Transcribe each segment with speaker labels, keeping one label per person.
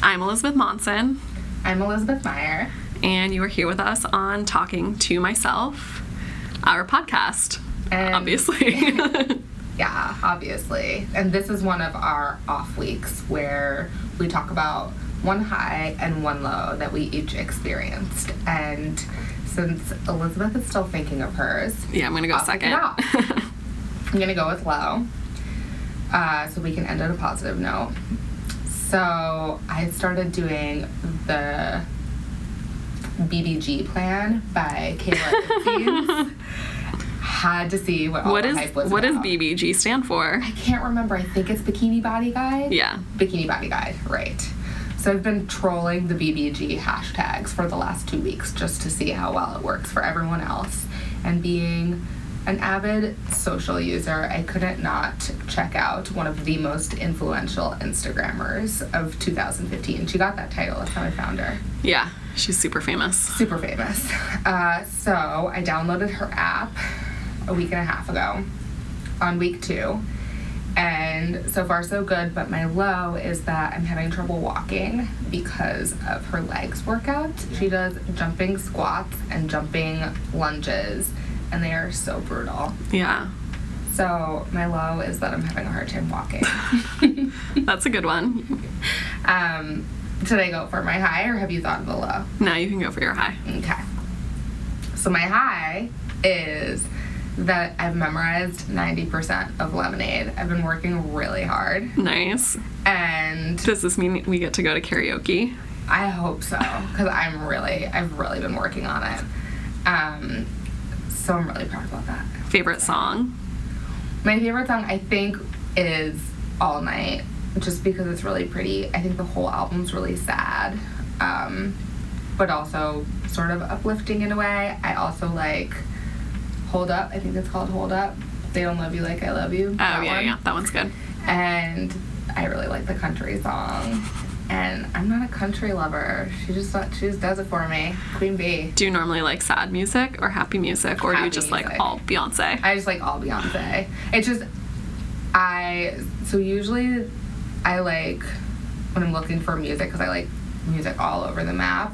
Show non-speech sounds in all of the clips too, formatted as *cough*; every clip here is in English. Speaker 1: I'm Elizabeth Monson,
Speaker 2: I'm Elizabeth Meyer.
Speaker 1: and you are here with us on Talking to Myself, our podcast,
Speaker 2: And- *laughs*
Speaker 1: obviously.
Speaker 2: Yeah, obviously. And this is one of our off weeks where we talk about one high and one low that we each experienced. And since Elizabeth is still thinking of hers,
Speaker 1: yeah, I'm going to go
Speaker 2: I'll pick it
Speaker 1: second. *laughs*
Speaker 2: up. I'm gonna go with low, uh, so we can end on a positive note. So I started doing the BBG plan by Kayla.
Speaker 1: *laughs*
Speaker 2: Hipkins. Had to see what all
Speaker 1: what
Speaker 2: the
Speaker 1: is
Speaker 2: hype was
Speaker 1: what does
Speaker 2: about.
Speaker 1: BBG stand for?
Speaker 2: I can't remember. I think it's Bikini Body Guide.
Speaker 1: Yeah.
Speaker 2: Bikini Body Guide, right. So I've been trolling the BBG hashtags for the last two weeks just to see how well it works for everyone else. And being an avid social user, I couldn't not check out one of the most influential Instagrammers of 2015. She got that title, that's how I found her
Speaker 1: Yeah, she's super famous.
Speaker 2: super famous. Uh, so I downloaded her app a week and a half ago on week two. And so far, so good. But my low is that I'm having trouble walking because of her legs workout. She does jumping squats and jumping lunges, and they are so brutal.
Speaker 1: Yeah,
Speaker 2: So my low is that I'm having a hard time walking.
Speaker 1: that's a good one.
Speaker 2: um, should I go for my high, or have you thought of a low?
Speaker 1: Now you can go for your high.
Speaker 2: Okay. So my high is that I've memorized 90% of lemonade. I've been working really hard
Speaker 1: Nice.
Speaker 2: and
Speaker 1: Does this mean we get to go to karaoke?
Speaker 2: I hope so cuz I'm really I've really been working on it. Um so I'm really proud about that.
Speaker 1: Favorite song?
Speaker 2: My favorite song I think is All Night just because it's really pretty. I think the whole album's really sad. Um but also sort of uplifting in a way. I also like Hold Up. I think it's called Hold Up. They don't love you like I love you.
Speaker 1: Oh yeah, yeah, that one's good.
Speaker 2: And I really like the country song. And I'm not a country lover. She just she just does it for me. Queen Bee.
Speaker 1: Do you normally like sad music or happy music, or do you
Speaker 2: Happy
Speaker 1: just like
Speaker 2: music.
Speaker 1: all Beyonce?
Speaker 2: I just like all Beyonce. It's just I so usually I like when I'm looking for music because I like music all over the map.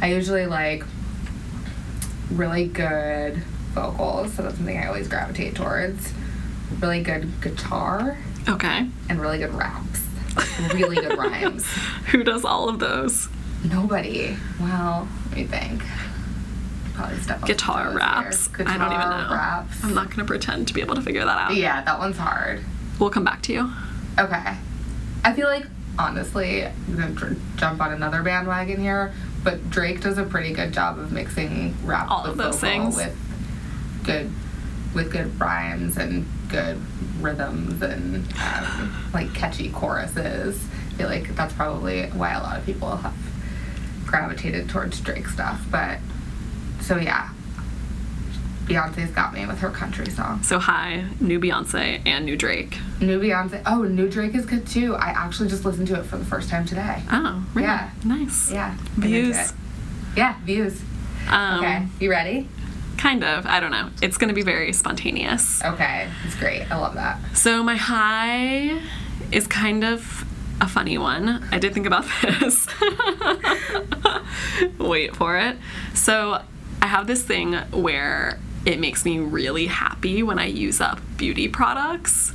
Speaker 2: I usually like really good vocals, so that's something I always gravitate towards. Really good guitar
Speaker 1: okay.
Speaker 2: and really good raps.
Speaker 1: *laughs*
Speaker 2: Really good rhymes.
Speaker 1: Who does all of those?
Speaker 2: Nobody. Well, let me think. Probably stuff on
Speaker 1: Guitar
Speaker 2: those
Speaker 1: raps.
Speaker 2: there.
Speaker 1: I don't even
Speaker 2: Guitar
Speaker 1: know.
Speaker 2: Raps.
Speaker 1: I'm not gonna pretend to be able to figure that out.
Speaker 2: Yeah, that one's hard.
Speaker 1: We'll come back to you.
Speaker 2: Okay. I feel like, honestly, I'm going to dr- jump on another bandwagon here, but Drake does a pretty good job of mixing rap
Speaker 1: All
Speaker 2: with
Speaker 1: of those
Speaker 2: vocal
Speaker 1: things.
Speaker 2: with good with good rhymes and good rhythms and um, like catchy choruses. I feel like that's probably why a lot of people have gravitated towards Drake stuff. But so yeah, Beyonce's got me with her country song.
Speaker 1: So hi, new Beyonce and new Drake.
Speaker 2: New Beyonce. Oh, New Drake is good too. I actually just listened to it for the first time today.
Speaker 1: Oh, really?
Speaker 2: Yeah.
Speaker 1: Nice.
Speaker 2: Yeah. I'm into
Speaker 1: Views.
Speaker 2: it. Yeah, views.
Speaker 1: Um,
Speaker 2: Okay. you ready?
Speaker 1: Kind of. I don't know. It's gonna be very spontaneous.
Speaker 2: Okay. It's great. I
Speaker 1: *laughs*
Speaker 2: love that.
Speaker 1: So my high is kind of a funny one. I did think about *laughs* this. Wait for it. So I have this thing where it makes me really happy when I use up beauty products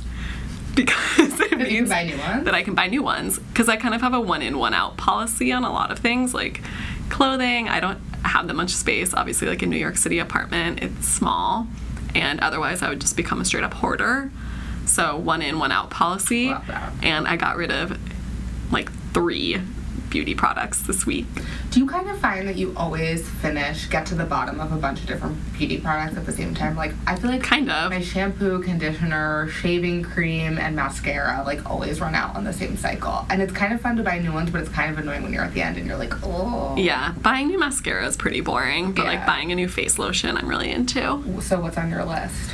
Speaker 1: because *laughs* it
Speaker 2: You can
Speaker 1: means
Speaker 2: buy new ones.
Speaker 1: that I can buy new ones because I kind of have a one in one out policy on a lot of things like clothing. I don't have that much space. Obviously, like a New York City apartment, it's small, and otherwise I would just become a straight up hoarder. So one in one out policy,
Speaker 2: Love that.
Speaker 1: and I got rid of like three beauty products this week.
Speaker 2: Do you kind of find that you always finish, get to the bottom of a bunch of different beauty products at the same time? Like, I feel like
Speaker 1: Kind of.
Speaker 2: my shampoo, conditioner, shaving cream, and mascara like always run out on the same cycle. And it's kind of fun to buy new ones, but it's kind of annoying when you're at the end and you're like, oh.
Speaker 1: Yeah, buying new mascara is pretty boring, but like
Speaker 2: Yeah.
Speaker 1: buying a new face lotion, I'm really into.
Speaker 2: So what's on your list?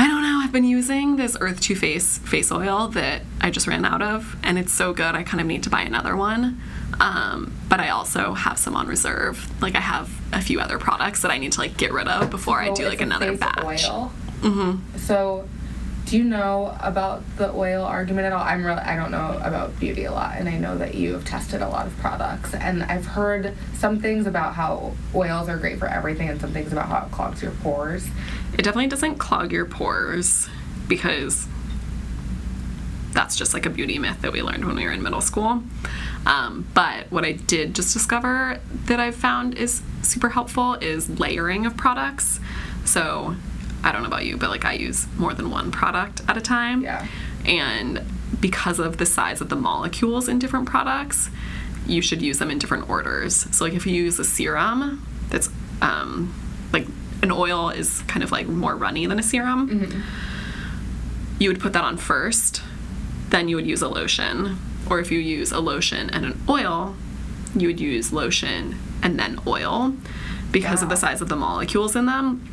Speaker 1: I don't know. I've been using this Earth 2 Face face oil that I just ran out of, and it's so good. I kind of need to buy another one. Um, but I also have some on reserve. Like I have a few other products that I need to like Mm-hmm. get rid of before I
Speaker 2: Oh,
Speaker 1: do
Speaker 2: it's
Speaker 1: like
Speaker 2: a
Speaker 1: another
Speaker 2: face
Speaker 1: batch.
Speaker 2: Oil. So Do you know about the oil argument at all? I'm real. I don't know about beauty a lot, and I know that you have tested a lot of products, and I've heard some things about how oils are great for everything, and some things about how it clogs your pores.
Speaker 1: It definitely doesn't clog your pores because that's just like a beauty myth that we learned when we were in middle school. Um, but what I did just discover that I've found is super helpful is layering of products. So I don't know about you, but like I use more than one product at a time.
Speaker 2: Yeah.
Speaker 1: And because of the size of the molecules in different products, you should use them in different orders. So like if you use a serum that's um, like an oil is kind of like more runny than a serum you would put that on first, then you would use a lotion. Or if you use a lotion and an oil, you would use lotion and then oil because of the size of the molecules in them.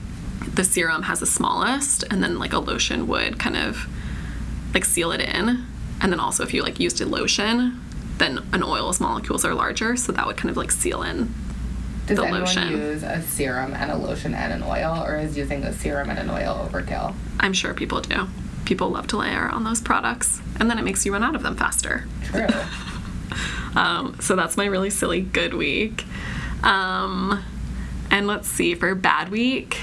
Speaker 1: The serum has the smallest, and then like a lotion would kind of like seal it in. And then also, if you like used a lotion, then an oil's molecules are larger, so that would kind of like seal in.
Speaker 2: Does
Speaker 1: The
Speaker 2: anyone
Speaker 1: lotion.
Speaker 2: use a serum and a lotion and an oil, or is using a serum and an oil overkill?
Speaker 1: I'm sure people do. People love to layer on those products, and then it makes you run out of them faster. *laughs*
Speaker 2: True.
Speaker 1: Um, so that's my really silly good week. Um, and let's see for bad week.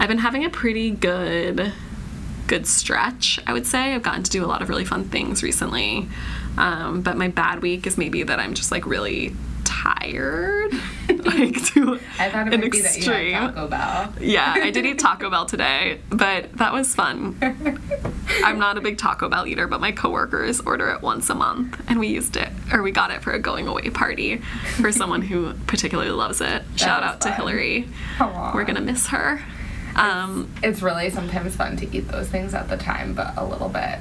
Speaker 1: I've been having a pretty good good stretch, I would say. I've gotten to do a lot of really fun things recently. Um, but my bad week is maybe that I'm just like really tired.
Speaker 2: *laughs*
Speaker 1: like to
Speaker 2: I thought it
Speaker 1: an
Speaker 2: would be that you
Speaker 1: extreme.
Speaker 2: had Taco Bell.
Speaker 1: Yeah, I did eat Taco Bell today, but that was fun. I'm not a big Taco Bell eater, but my coworkers order it once a month, and we used it or we got it for a going away party for someone who particularly loves it. Shout
Speaker 2: is
Speaker 1: out to
Speaker 2: fun.
Speaker 1: Hillary.
Speaker 2: Aw.
Speaker 1: We're gonna miss her. Um,
Speaker 2: It's really sometimes fun to eat those things at the time, but a little bit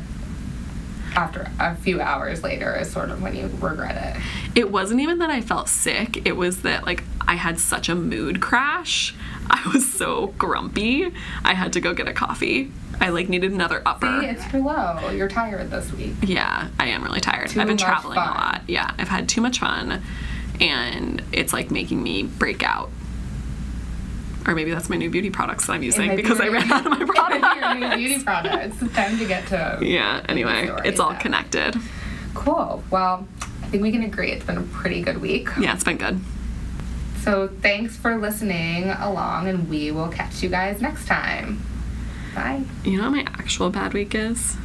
Speaker 2: after a few hours later is sort of when you regret it.
Speaker 1: it wasn't even that I felt sick, it was that like I had such a mood crash. I was so grumpy. I had to go get a coffee. I like needed another upper.
Speaker 2: See, it's too low. You're tired this week.
Speaker 1: Yeah, I am really tired.
Speaker 2: Too
Speaker 1: I've been
Speaker 2: much
Speaker 1: traveling
Speaker 2: fun.
Speaker 1: a lot. Yeah, I've had too much fun, and it's like making me break out. Or maybe that's my new beauty products that I'm using
Speaker 2: *laughs* might be
Speaker 1: because I
Speaker 2: your
Speaker 1: ran out of my
Speaker 2: Maybe your
Speaker 1: products. *laughs*
Speaker 2: new beauty products. It's time to get to 'em.
Speaker 1: yeah. Anyway,
Speaker 2: Sorry,
Speaker 1: it's all
Speaker 2: yeah.
Speaker 1: connected.
Speaker 2: Cool. Well, I think we can agree it's been a pretty good week.
Speaker 1: Yeah, it's been good.
Speaker 2: So thanks for listening along, and we will catch you guys next time. Bye.
Speaker 1: You know what my actual bad week is?